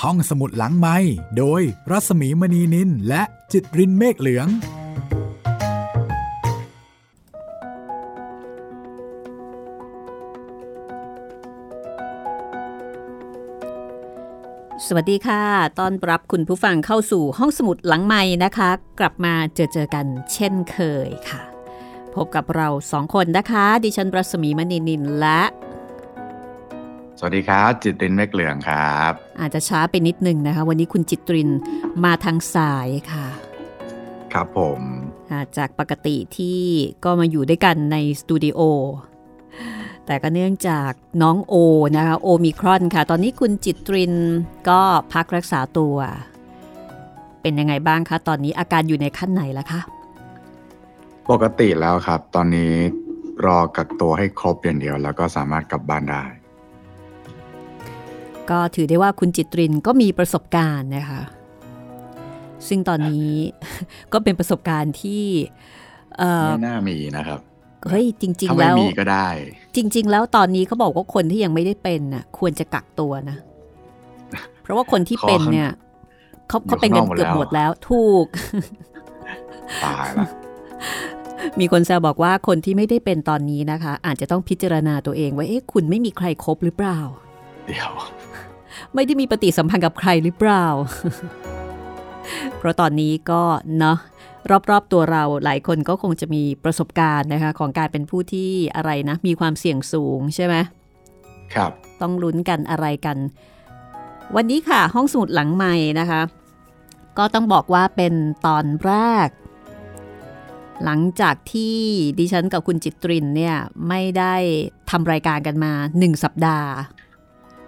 ห้องสมุดหลังไม้โดยรัสมีมณีนินและจิตรินเมฆเหลือง สวัสดีค่ะ ตอนรับคุณผู้ฟังเข้าสู่ห้องสมุดหลังใหม่นะคะ กลับมาเจอเจอกันเช่นเคยค่ะ พบกับเราสองคนนะคะ ดิฉันประสมีมณีนินและ สวัสดีครับจิตรินเมฆเหลืองครับ อาจจะช้าไปนิดนึงนะคะ วันนี้คุณจิตรินมาทางสายค่ะ ครับผม อ่าจากปกติที่ก็มาอยู่ด้วยกันในสตูดิโอ แต่ก็เนื่องจากน้องโอนะคะโอมิครอนค่ะ ตอนนี้คุณจิตรินก็พักรักษาตัว เป็นยังไงบ้างคะ ตอนนี้อาการอยู่ในขั้นไหนแล้วคะ ปกติแล้วครับ ตอนนี้รอกักตัวให้ครบอย่างเดียว แล้วก็สามารถกลับบ้านได้ ก็ถือได้ว่าคุณจิตรินก็มีประสบการณ์นะคะ ซึ่งตอนนี้ ก็เป็นประสบการณ์ที่เอ่อ ไม่น่ามีนะครับ เฮ้ยจริงๆถ้าไม่ แล้ว มีก็ได้ จริง ๆ แล้วตอนนี้เขาบอกว่าคนที่ยังไม่ได้เป็นน่ะควรจะกักตัวนะ เพราะว่าคนที่ ขอ เป็น ข้าง เนี่ยเขา อยู่ เขาเป็น ข้างน กั อน กหมด เกือบ แล้ว หมดแล้วถูก ตายละ มีคนแซวบอกว่าคนที่ไม่ได้เป็นตอนนี้นะคะ อาจจะต้องพิจารณาตัวเองว่าเอ๊ะคุณไม่มีใครครบหรือเปล่า เดี๋ยว ไม่ได้มีปฏิสัมพันธ์กับใครหรือเปล่า เพราะตอนนี้ก็เนาะรอบๆตัวเราหลายคนก็คงจะมีประสบการณ์นะคะของการเป็นผู้ที่อะไรนะ มีความเสี่ยงสูงใช่ไหม ครับ ต้องลุ้นกันอะไรกัน วันนี้ค่ะห้องสมุดหลังใหม่นะคะ ก็ต้องบอกว่าเป็นตอนแรก หลังจากที่ดิฉันกับคุณจิตรินเนี่ยไม่ได้ทำรายการกันมา 1 สัปดาห์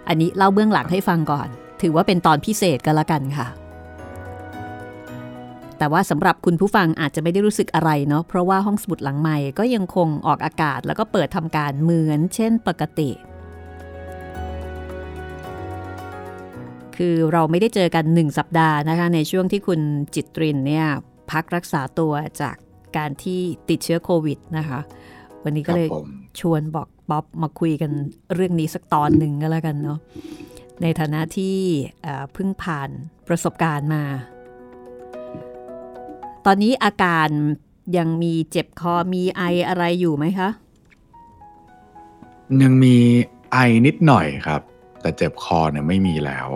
อันนี้เล่าเบื้องหลังให้ฟังก่อน ถือว่าเป็นตอนพิเศษก็แล้วกันค่ะ แต่ว่าสำหรับคุณผู้ฟังอาจจะไม่ได้รู้สึกอะไรเนาะเพราะว่าห้องสมุดหลังใหม่ก็ยังคงออกอากาศแล้วก็เปิดทำการเหมือนเช่นปกติ คือเราไม่ได้เจอกัน 1 สัปดาห์นะคะ ในช่วงที่คุณจิตรินเนี่ยพักรักษาตัวจากการที่ติดเชื้อโควิดนะคะ วันนี้ ค ก็ รับ เลย ผม ชวนบอกป๊อปมาคุยกันเรื่องนี้สักตอนหนึ่งก็แล้วกันเนาะในฐานะที่เอ่อเพิ่งผ่านประสบการณ์มา ตอนนี้อาการยังมีเจ็บคอมีไออะไรอยู่ไหมคะ ยังมีไอนิดหน่อยครับ แต่เจ็บคอเนี่ยไม่มีแล้ว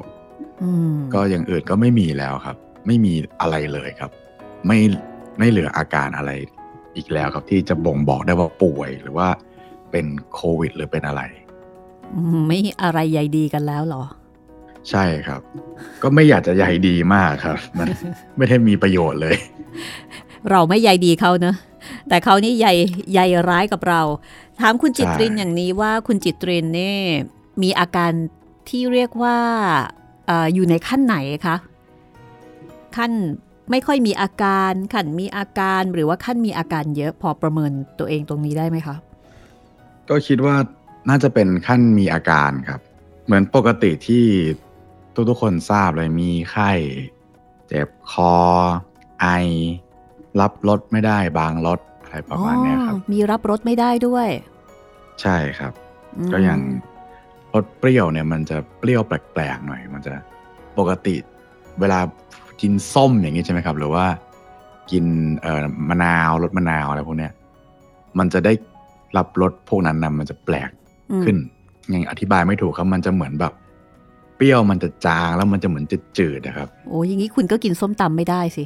อืม ก็อย่างอื่นก็ไม่มีแล้วครับ ไม่มีอะไรเลยครับ ไม่ไม่เหลืออาการอะไรอีกแล้วครับที่จะบ่งบอกได้ว่าป่วยหรือว่าเป็นโควิด หรือเป็นอะไร อืมไม่อะไรใหญ่ดีกันแล้วเหรอ ใช่ครับ ก็ไม่อยากจะใหญ่ดีมากครับ มัน ไม่ได้มีประโยชน์เลย เราไม่ใยดีเขาเนอะแต่เขานี่ใยใยร้ายกับเรา ถามคุณจิตริน ใช่ อย่างนี้ว่าคุณจิตรินเนี่ยมีอาการที่เรียกว่าเอออยู่ในขั้นไหนคะขั้นไม่ค่อยมีอาการขั้นมีอาการหรือว่าขั้นมีอาการเยอะพอประเมินตัวเองตรงนี้ได้ไหมคะ ก็คิดว่าน่าจะเป็นขั้นมีอาการครับ เหมือนปกติที่ทุกๆคนทราบเลยมีไข้ เจ็บคอ ไอ รับรสไม่ได้บางรสอะไรประมาณเนี้ยครับ อ๋อมีรับรสไม่ได้ด้วย ใช่ครับ ม ก็อย่างรสเปรี้ยวเนี่ยมันจะเปรี้ยวแปลกๆหน่อย มันจะปกติเวลากินส้มอย่างนี้ใช่ไหมครับ หรือว่ากินเอ่อมะนาวรสมะนาวอะไรพวกเนี้ยมันจะได้รับรสพวกนั้นนะมันจะแปลก อืม ขึ้นยังอธิบายไม่ถูกครับ มันจะเหมือนแบบ เปรี้ยวมันจะจางแล้วมันจะเหมือนจะจืดๆนะครับ โอ้ยอย่างนี้คุณก็กินส้มตำไม่ได้สิ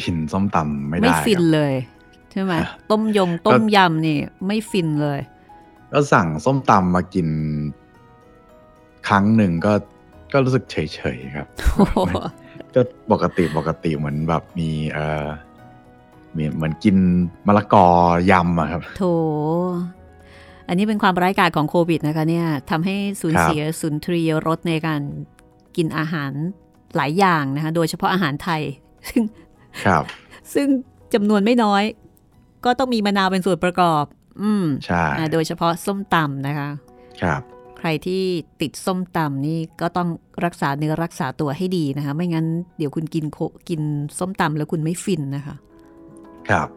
กินส้มตำไม่ ไม่ ได้ครับ ฟินเลยใช่ไหม อ่ะ ต้มยงต้มยำนี่ไม่ฟิน เลย ก็สั่งส้มตำมากิน ครั้งหนึ่งก็ก็รู้สึกเฉยๆครับ โอ้โห ก็ปกติปกติเหมือนแบบมีเออมีเหมือนกินมะละกอยำอะครับ โถ อันนี้เป็นความร้ายกาจของโควิดนะคะเนี่ยทำให้สูญ ครับ เสียสุนทรียรสในการกินอาหารหลายอย่างนะคะ โดยเฉพาะอาหารไทย ซึ่ง ครับ ซึ่งจำนวนไม่น้อย ก็ต้องมีมะนาวเป็นส่วนประกอบ อืม ใช่ อ่าโดยเฉพาะส้มตำนะคะ ครับ ใครที่ติดส้มตำนี่ก็ต้องรักษาเนื้อรักษาตัวให้ดีนะคะ ไม่งั้นเดี๋ยวคุณกินโคกินส้มตำแล้วคุณไม่ฟินนะคะ ครับ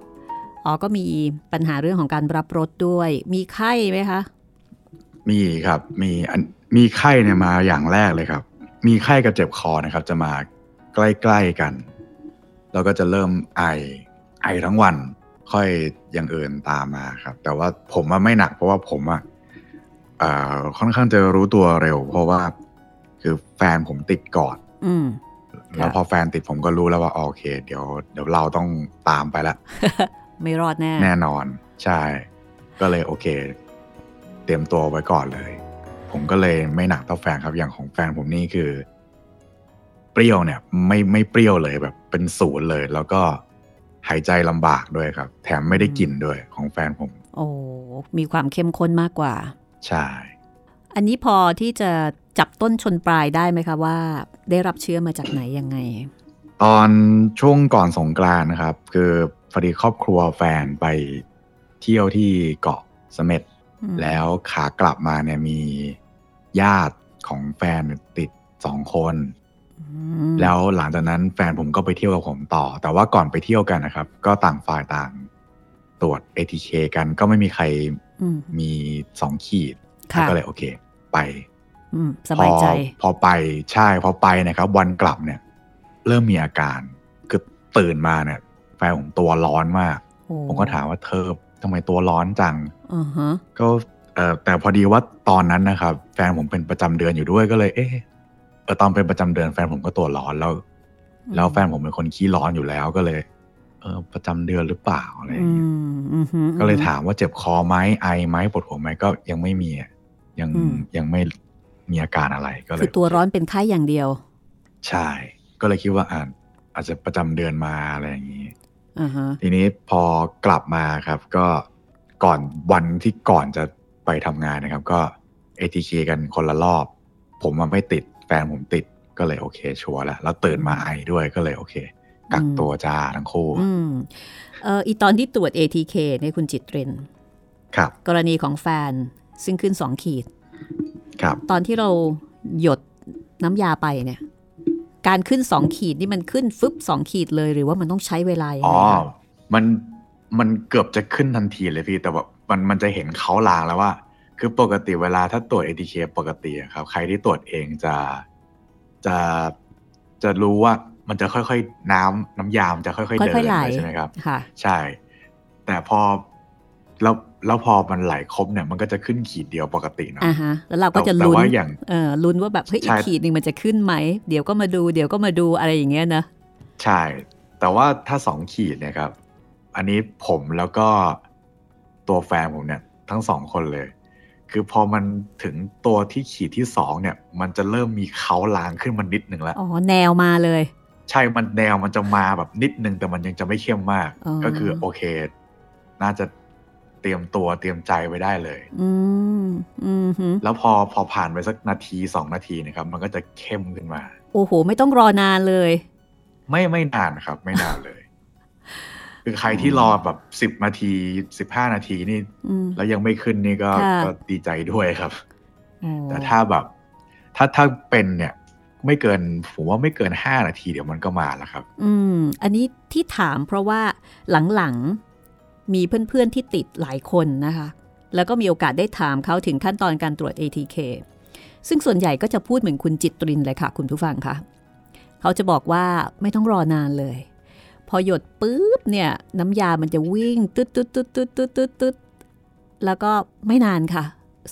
อ๋อก็มีปัญหาเรื่องของการรับรสด้วย มีไข้ไหมคะ มีครับ มีอันมีไข้เนี่ยมาอย่างแรกเลยครับ มีไข้กับเจ็บคอนะครับ จะมาใกล้ๆกัน แล้วก็จะเริ่มไอไอทั้งวัน ค่อยอย่างอื่นตามมาครับ แต่ว่าผมว่าไม่หนักเพราะว่าผมอะเอ่อค่อนข้างจะรู้ตัวเร็ว เพราะว่าคือแฟนผมติดก่อน อืม ค่ะ แล้วพอแฟนติดผมก็รู้แล้วว่าโอเค เดี๋ยวเดี๋ยวเราต้องตามไปละ ไม่รอดแน่ แน่นอน ใช่ ก็เลยโอเค เตรียมตัวไว้ก่อนเลย ผมก็เลยไม่หนักเท่าแฟนครับอย่างของแฟนผมนี่คือ เปรี้ยวเนี่ย ไม่ไม่เปรี้ยวเลยแบบเป็นศูนย์เลย แล้วก็หายใจลำบากด้วยครับ แถมไม่ได้กลิ่นด้วยของแฟนผม โอ้มีความเข้มข้นมากกว่า ใช่ อันนี้พอที่จะจับต้นชนปลายได้ไหมคะว่า ได้รับเชื้อมาจากไหนยังไง ตอนช่วงก่อนสงกรานต์นะครับ คือพอดีครอบครัวแฟนไปเที่ยวที่เกาะเสม็ด อืม แล้วขากลับมาเนี่ยมีญาติของแฟนติดสองคน อืม แล้วหลังจากนั้นแฟนผมก็ไปเที่ยวกับผมต่อ แต่ว่าก่อนไปเที่ยวกันนะครับ ก็ต่างฝ่ายต่างตรวจ ATK กันก็ไม่มีใคร อืม มีสองขีด ค่ะ ก็เลยโอเค ไป อืมสบายใจ พอพอไปใช่พอไปนะครับ วันกลับเนี่ย เริ่มมีอาการคือตื่นมาเนี่ย แฟนผมตัวร้อนมาก โอ้ ผมก็ถามว่าเธอทำไมตัวร้อนจัง อ่าฮะ ก็เอ่อแต่พอดีว่าตอนนั้นนะครับ แฟนผมเป็นประจำเดือนอยู่ด้วยก็เลย เอะเออตอนเป็นประจำเดือนแฟนผมก็ตัวร้อนแล้ว แล้วแฟนผมเป็นคนขี้ร้อนอยู่แล้วก็เลย เออประจำเดือนหรือเปล่าอะไรอย่า อื งเงี้ย มอืมอืม ก็เลยถามว่าเจ็บคอไหมไอไหมปวดหัวไหมก็ยังไม่มีอะยัง อืม ยังไม่มีอาการอะไรก็เลย คือตัวร้อนเป็นไข้อย่างเดียว ใช่ ก็เลยคิดว่าอาจอาจจะประจำเดือนมาอะไรอย่างนี้ อ่าฮะ ทีนี้พอกลับมาครับ ก็ก่อนวันที่ก่อนจะไปทำงานนะครับ ก็ ATK กันคนละรอบ ผมมันไม่ติดแฟนผมติดก็เลยโอเค ชัวร์แล้วแล้วตื่นมาไอด้วยก็เลยโอเค กักตัวจ้าทั้งคู่ อืมเอ่ออีตอนที่ตรวจ ATK เนี่ยคุณจิตเรน ครับ กรณีของแฟนซึ่งขึ้นสองขีด ครับ ตอนที่เราหยดน้ำยาไปเนี่ย การขึ้นสองขีดนี่มันขึ้นฟึบสองขีดเลยหรือว่ามันต้องใช้เวลายัง อ๋ ไง อ คะ มันมันเกือบจะขึ้นทันทีเลยพี่ แต่ว่ามันมันจะเห็นเขาลางแล้วว่า คือปกติเวลาถ้าตรวจ ATK ปกติอะครับ ใครที่ตรวจเองจะจะจะรู้ว่ามันจะค่อยๆ น้ำน้ำยามนจะค่อยๆ เดิน ค่อยๆไหล ไปใช่ไหมครับ ค่ะ ใช่ แต่พอแล้วแล้วพอมันไหลครบเนี่ย มันก็จะขึ้นขีดเดียวปกติเนาะ อ่าฮะ แล้วเรา แต่ ก็จะ แต่ ลุ้น ว่าอย่าง เออลุ้นว่าแบบเฮ้ยอี ใช่ กขีดหนึ่งมันจะขึ้นไหม เดี๋ยวก็มาดูเดี๋ยวก็มาดูอะไรอย่างเงี้ยนะ ใช่ แต่ว่าถ้าสองขีดเนี่ยครับ อันนี้ผมแล้วก็ตัวแฟนผมเนี่ยทั้งสองคนเลย คือพอมันถึงตัวที่ขีดที่สองเนี่ย มันจะเริ่มมีเขาลางขึ้นมานิดหนึ่งแล้ว อ๋อ แนวมาเลย ใช่ มันแนวมันจะมาแบบนิดนึง แต่มันยังจะไม่เข้มมาก อ๋อ ก็คือโอเค น่าจะเตรียมตัวเตรียมใจไว้ได้เลย อืม อืมฮึ แล้วพอพอผ่านไปสักนาทีสองนาทีเนะครับ มันก็จะเข้มขึ้นมา โอ้โห ไม่ต้องรอนานเลย ไม่ไม่นานครับ ไม่นาน เลย คือใครที่รอแบบสิบ10 นาทีสิบห้านาทีนี่ อืม แล้วยังไม่ขึ้นนี่ก็ ค่ะ ก็ดีใจด้วยครับ โอ้ แต่ถ้าแบบ ถ้าถ้าเป็นเนี่ย ไม่เกินผมว่าไม่เกินห้านาทีเดี๋ยวมันก็มาแล้วครับ อืม อันนี้ที่ถามเพราะว่าหลังๆ มีเพื่อนๆที่ติดหลายคนนะคะ แล้วก็มีโอกาสได้ถามเขาถึงขั้นตอนการตรวจ ATK ซึ่งส่วนใหญ่ก็จะพูดเหมือนคุณจิตตรินเลยค่ะ คุณผู้ฟังคะเขาจะบอกว่าไม่ต้องรอนานเลย พอหยดปุ๊บเนี่ย น้ำยามันจะวิ่งตึ๊ดตึ๊ดตึ๊ดตึ๊ดตึ๊ดตึ๊ดตึ๊ดแล้วก็ไม่นานค่ะ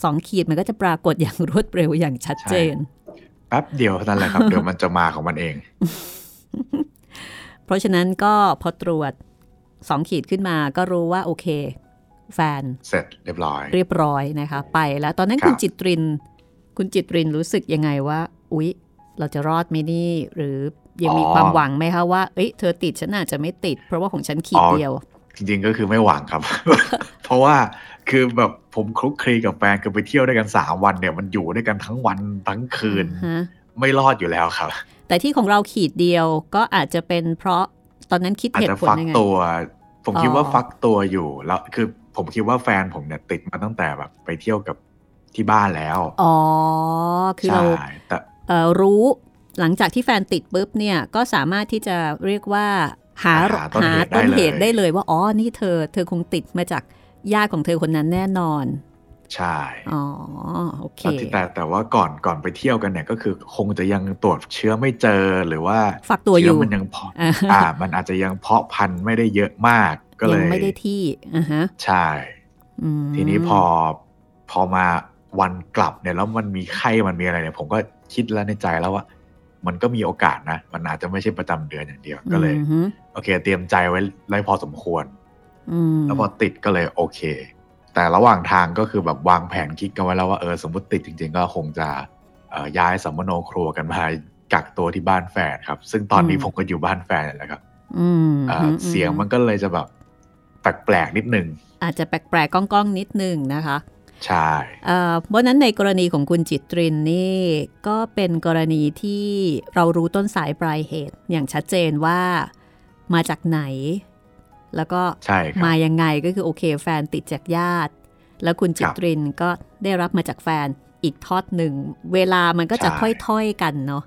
สองขีดมันก็จะปรากฏอย่างรวดเร็วอย่างชัดเจน แป๊บเดียวเท่านั้นแหละ ครับ เดี๋ยวมันจะมาของมันเอง เพราะฉะนั้นก็พอตรวจ 2 ขีดขึ้นมาก็รู้ว่าโอเค แฟน เสร็จเรียบร้อย เรียบร้อยนะคะ ไปแล้วตอนนั้น ครับ คุณจิตริน คุณจิตรินรู้สึกยังไงว่า อุ๊ย เราจะรอดไหมนี่ หรือยังมีความหวังไหมคะว่าเอ้ยเธอติดฉันอาจจะไม่ติด เพราะว่าของฉันขีดเดียว จริงๆก็คือไม่หวังครับ เพราะว่าคือแบบผมคลุกคลีกับแฟนคือไปเที่ยวด้วยกันสามวันเนี่ย มันอยู่ด้วยกันทั้งวันทั้งคืน ฮะ ไม่รอดอยู่แล้วครับ แต่ที่ของเราขีดเดียวก็อาจจะเป็นเพราะตอนนั้นคิด อาจ เหตุ จะ ผล ฟัก ยังไง ตัว ผมคิด อ๋อ ว่าฟักตัวอยู่ แล้วคือผมคิดว่าแฟนผมเนี่ยติดมาตั้งแต่แบบไปเที่ยวกับที่บ้านแล้ว อ๋อ คือ ใช่ เรา แต่ เอ่อรู้หลังจากที่แฟนติดปุ๊บเนี่ยก็สามารถที่จะเรียกว่าหาหาต้นเหตุได้เลยว่าอ๋อนี่เธอ เธอคงติดมาจากญาติของเธอคนนั้นแน่นอน ใช่ อ๋อโอเค แต่แต่แต่ว่าก่อนก่อนไปเที่ยวกันเนี่ย ก็คือคงจะยังตรวจเชื้อไม่เจอหรือว่า ฝักตัวอยู่ เชื้มันยังเพาะ อ่า อ่า มันอาจจะยังเพาะพันธุ์ไม่ได้เยอะมากก็เล ยัง ย ไม่ได้ที่อ่าฮะ ใช่ อืม ทีนี้พอพอมาวันกลับเนี่ยแล้วมันมีไข้มันมีอะไรเนี่ย ผมก็คิดแล้วในใจแล้วว่า มันก็มีโอกาสนะ มันอาจจะไม่ใช่ประจำเดือนอย่างเดียวก็เลย อือฮึ โอเค เตรียมใจไว้ไว้พอสมควร อืม แล้วพอติดก็เลยโอเค แต่ระหว่างทางก็คือแบบวางแผนคิดกันไว้แล้วว่าเออสมมติติดจริง ๆ ก็คงจะเอ่อย้ายสัมมโนครัวกันมากักตัวที่บ้านแฟนครับ ซึ่งตอนนี้ผมก็อยู่บ้านแฟนนั่นแหละครับ อืม เอ่ออเสียงมันก็เลยจะแบบแปลกๆนิดนึง อาจจะแปลกๆก้องๆนิดนึงนะคะ ใช่ เอ่อเพราะฉะนั้นในกรณีของคุณจิตรินนี่ก็เป็นกรณีที่เรารู้ต้นสายปลายเหตุ อย่างชัดเจนว่ามาจากไหน แล้วก็ ใช่ครับ มายังไงก็คือโอเคแฟนติดจากญาติ แล้วคุณจิตรินก็ได้รับมาจากแฟนอีกทอดหนึ่ง เวลามันก็จะ ใช่ ค่อยๆกันเนาะ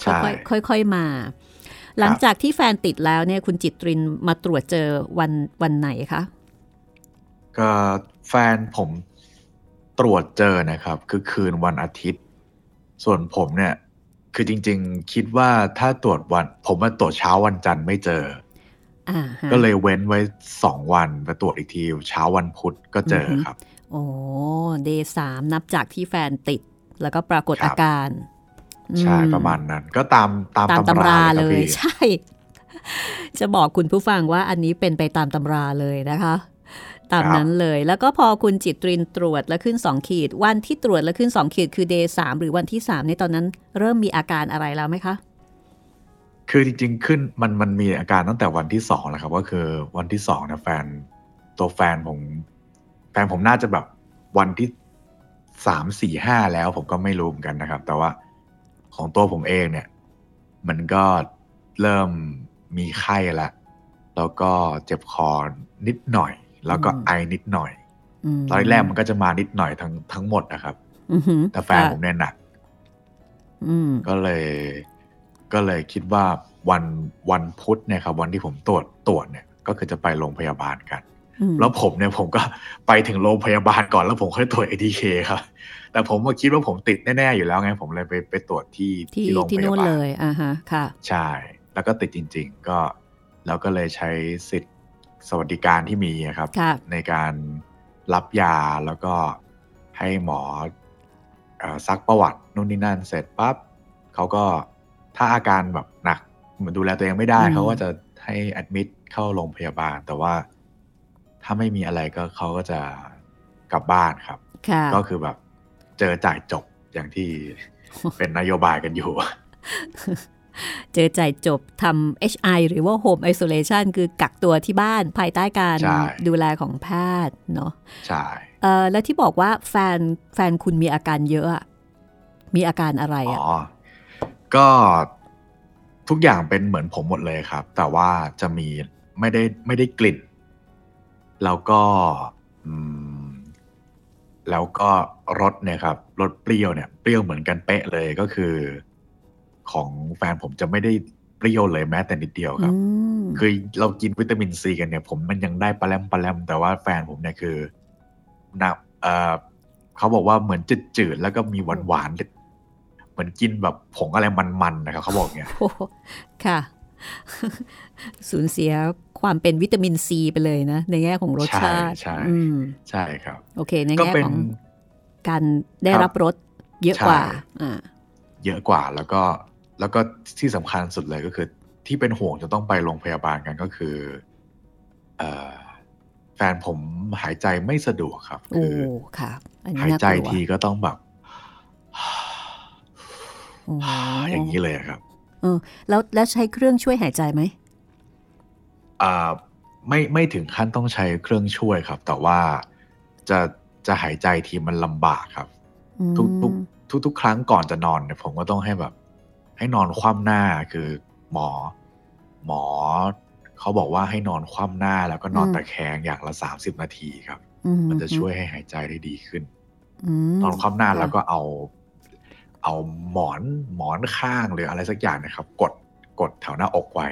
ใช่ ค่อยๆค่อยๆมา หลังจากที่แฟนติดแล้วเนี่ยคุณจิตรินมาตรวจเจอวันวันไหนคะ ก็แฟนผมตรวจเจอนะครับ คือคืนวันอาทิตย์ ส่วนผมเนี่ย คือจริง ๆ คิดว่าถ้าตรวจวัน ผมมาตรวจเช้าวันจันทร์ไม่เจอ อ่าฮะ ก็เลยเว้นไว้สองวันไปตรวจอีกทีเช้าวันพุธก็เจอ อหือ ครับ โอ้เดย์สามนับจากที่แฟนติด แล้วก็ปรากฏ ครั อา บ การ ใช่ อื ประมาณนั้น ก็ตามตาม ตามตำ ตำ รา รา เล เลยคยรับพี่ ใช่ จะบอกคุณผู้ฟังว่าอันนี้เป็นไปตามตำราเลยนะคะ ตามนั้นเลยแล้วก็พอคุณจิตรินตรวจแล้วขึ้น 2 ขีด วันที่ตรวจแล้วขึ้น 2 ขีดคือเดย์สามหรือวันที่3ในตอนนั้นเริ่มมีอาการอะไรแล้วไหมคะ คือจริง ๆ ขึ้นมันมันมีอาการตั้งแต่วันที่สองแล้วครับ ก็คือวันที่สองนะแฟนตัวแฟนผมแฟนผมน่าจะแบบวันที่สามสี่ห้าแล้วผมก็ไม่รู้เหมือนกันนะครับ แต่ว่าของตัวผมเองเนี่ย มันก็เริ่มมีไข้ละแล้วก็เจ็บคอนิดหน่อย แล้วก็ อืม ไอนิดหน่อย ม ตอนแรกมันก็จะมานิดหน่อยทั้งทั้งหมดนะครับ อือหือ แต่แฟนผมเนี่ยหนัก อืม ก็เลย ก็เลยคิดว่าวันวันพุธเนี่ยครับวันที่ผมตรวจตรวจเนี่ย ก็คือจะไปโรงพยาบาลกัน อืม แล้วผมเนี่ยผมก็ ไปถึงโรงพยาบาลก่อนแล้วผมค่อยตรวจ ATK ครับ แต่ผมก็คิดว่าผมติดแน่ๆอยู่แล้วไง ผมเลยไปไปตรวจที่ ที่ โรง ที่ พยา นู่น บาล เลยอ่าฮะค่ะ ใช่ แล้วก็ติดจริง ๆ ก็เราก็เลยใช้สิทธิ์สวัสดิการที่มีอะครับ ค่ะ ในการรับยาแล้วก็ให้หมอเอ่อซักประวัตินู่นนี่นั่นเสร็จปั๊บเขาก็ถ้าอาการแบบหนักเหมือนดูแลตัวเองไม่ได้ อืม เขาก็จะให้แอดมิดเข้าโรงพยาบาล แต่ว่าถ้าไม่มีอะไรก็เขาก็จะกลับบ้านครับ ค่ะ ก็คือแบบเจอจ่ายจบอย่างที่ เป็นนโยบายกันอยู่ เจอจ่ายจบทำ HI หรือว่า Home Isolation คือกักตัวที่บ้านภายใต้การ ใช่ ดูแลของแพทย์เนาะ ใช่ เออแล้วที่บอกว่าแฟนแฟนคุณมีอาการเยอะอะมีอาการอะไร อ๋ อะ อก็ทุกอย่างเป็นเหมือนผมหมดเลยครับ แต่ว่าจะมีไม่ได้ไม่ได้กลิ่น แล้วก็อืมแล้วก็รสเนี่ยครับรสเปรี้ยวเนี่ยเปรี้ยวเหมือนกันเป๊ะเลยก็คือ ของแฟนผมจะไม่ได้เปรี้ยวเลยแม้แต่นิดเดียวครับ อืม คือเรากินวิตามินซีกันเนี่ย ผมมันยังได้ปลาแรมปลาแรมแต่ว่าแฟนผมเนี่ยคือนะเออเขาบอกว่าเหมือนจืดๆแล้วก็มีหวานหวานๆเหมือนกินแบบผงอะไรมันๆนะครับเขาบอกเนี่ย โอ้โหค่ะ สูญเสียความเป็นวิตามินซีไปเลยนะ ในแง่ของรส ใช่ ชาติ ใช่ อืม ใช่ครับ โอเค ใน ก็ แง่ เป็น ของการได้ ครับ รับรสเยอะกว่า ใช่ อ่า เยอะกว่าแล้วก็แล้วก็ที่สำคัญสุดเลยก็คือ ที่เป็นห่วงจะต้องไปโรงพยาบาลกันก็คือเออแฟนผมหายใจไม่สะดวกครับ โอ้ คือ ค่ะ อันนี้ หาย น่าก ใจ ลัว ทีก็ต้องแบบ โอ้โห อย่างนี้เลยครับ แล้วแล้วใช้เครื่องช่วยหายใจไหม อ่าไม่ไม่ถึงขั้นต้องใช้เครื่องช่วยครับ แต่ว่าจะจะหายใจทีมันลำบากครับ ทุกทุกทุกทุกครั้งก่อนจะนอนเนี่ยผมก็ต้องให้แบบ ให้นอนคว่ำหน้าคือหมอ หมอเขาบอกว่าให้นอนคว่ำหน้าแล้วก็นอน อืม ตะแคงอย่างละสามสิบนาทีครับ อื มันจะช่วยให้หายใจได้ดีขึ้น ม นอนคว่ำหน้า ะ แล้วก็เอา เอาหมอนหมอนข้างหรืออะไรสักอย่างเนะครับ กดกดแถวหน้าอกไว้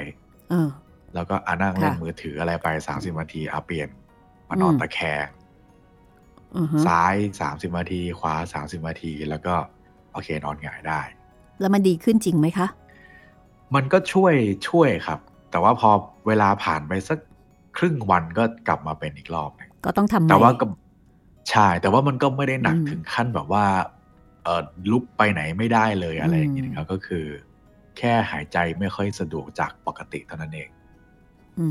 เออ แล้วก็อานั่งเล่น ค่ะ มือถืออะไรไปสามสิบนาทีอาเปลี่ยนมานอน อืม ตะแคง อือฮะ ซ้าย 30นาที ขวา 30นาที แล้วก็โอเคนอนหงายได้ แล้วมันดีขึ้นจริงไหมคะ มันก็ช่วยช่วยครับ แต่ว่าพอเวลาผ่านไปสักครึ่งวันก็กลับมาเป็นอีกรอบหนึง ก็ต้องทำใหม่ แต่ว่าก็ใช่แต่ว่ามันก็ไม่ได้หนัก อืม ถึงขั้นแบบว่าเออลุกไปไหนไม่ได้เลยอะไรอย่างเงี้ย อืม นะครับก็คือ แค่หายใจไม่ค่อยสะดวกจากปกติเท่านั้นเอง อื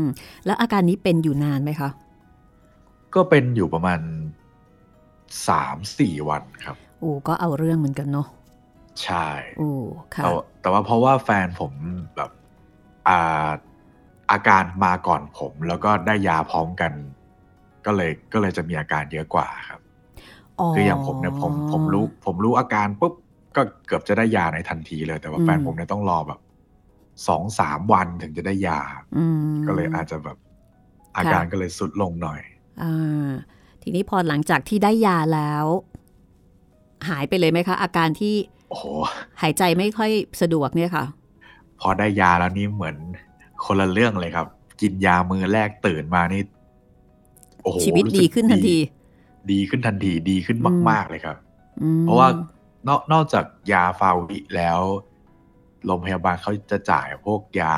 มแล้วอาการนี้เป็นอยู่นานไหมคะ ก็เป็นอยู่ประมาณสามสี่วันครับ โอ้ก็เอาเรื่องเหมือนกันเนาะ ใช่ โอ้ค่ะ แต่ว่าแต่ว่าเพราะว่าแฟนผมแบบอ่าอาการมาก่อนผม แล้วก็ได้ยาพร้อมกัน ก็เลยก็เลยจะมีอาการเยอะกว่าครับ คืออย่างผมเนี่ยผมผมรู้ผมรู้อาการปุ๊บก็เกือบจะได้ยาในทันทีเลย แต่ว่า อืม แฟนผมเนี่ยต้องรอแบบสองสามวันถึงจะได้ยา อืม ก็เลยอาจจะแบบอา ค่ะ การก็เลยสุดลงหน่อย อ่าทีนี้พอหลังจากที่ได้ยาแล้ว หายไปเลยไหมคะ อาการที่ โอ้โห หายใจไม่ค่อยสะดวกเนี่ยค่ะ พอได้ยาแล้วนี่เหมือนคนละเรื่องเลยครับ กินยามือแรกตื่นมานี่โอ้โห ชีวิต รู้สึก ดีขึ้นทันที ดีขึ้นทันทีดีขึ้น อืม มาก ๆเลยครับ อืม เพราะว่านอกนอกจากยาฟาวิแล้วโรงพยาบาลเขาจะจ่ายพวกยา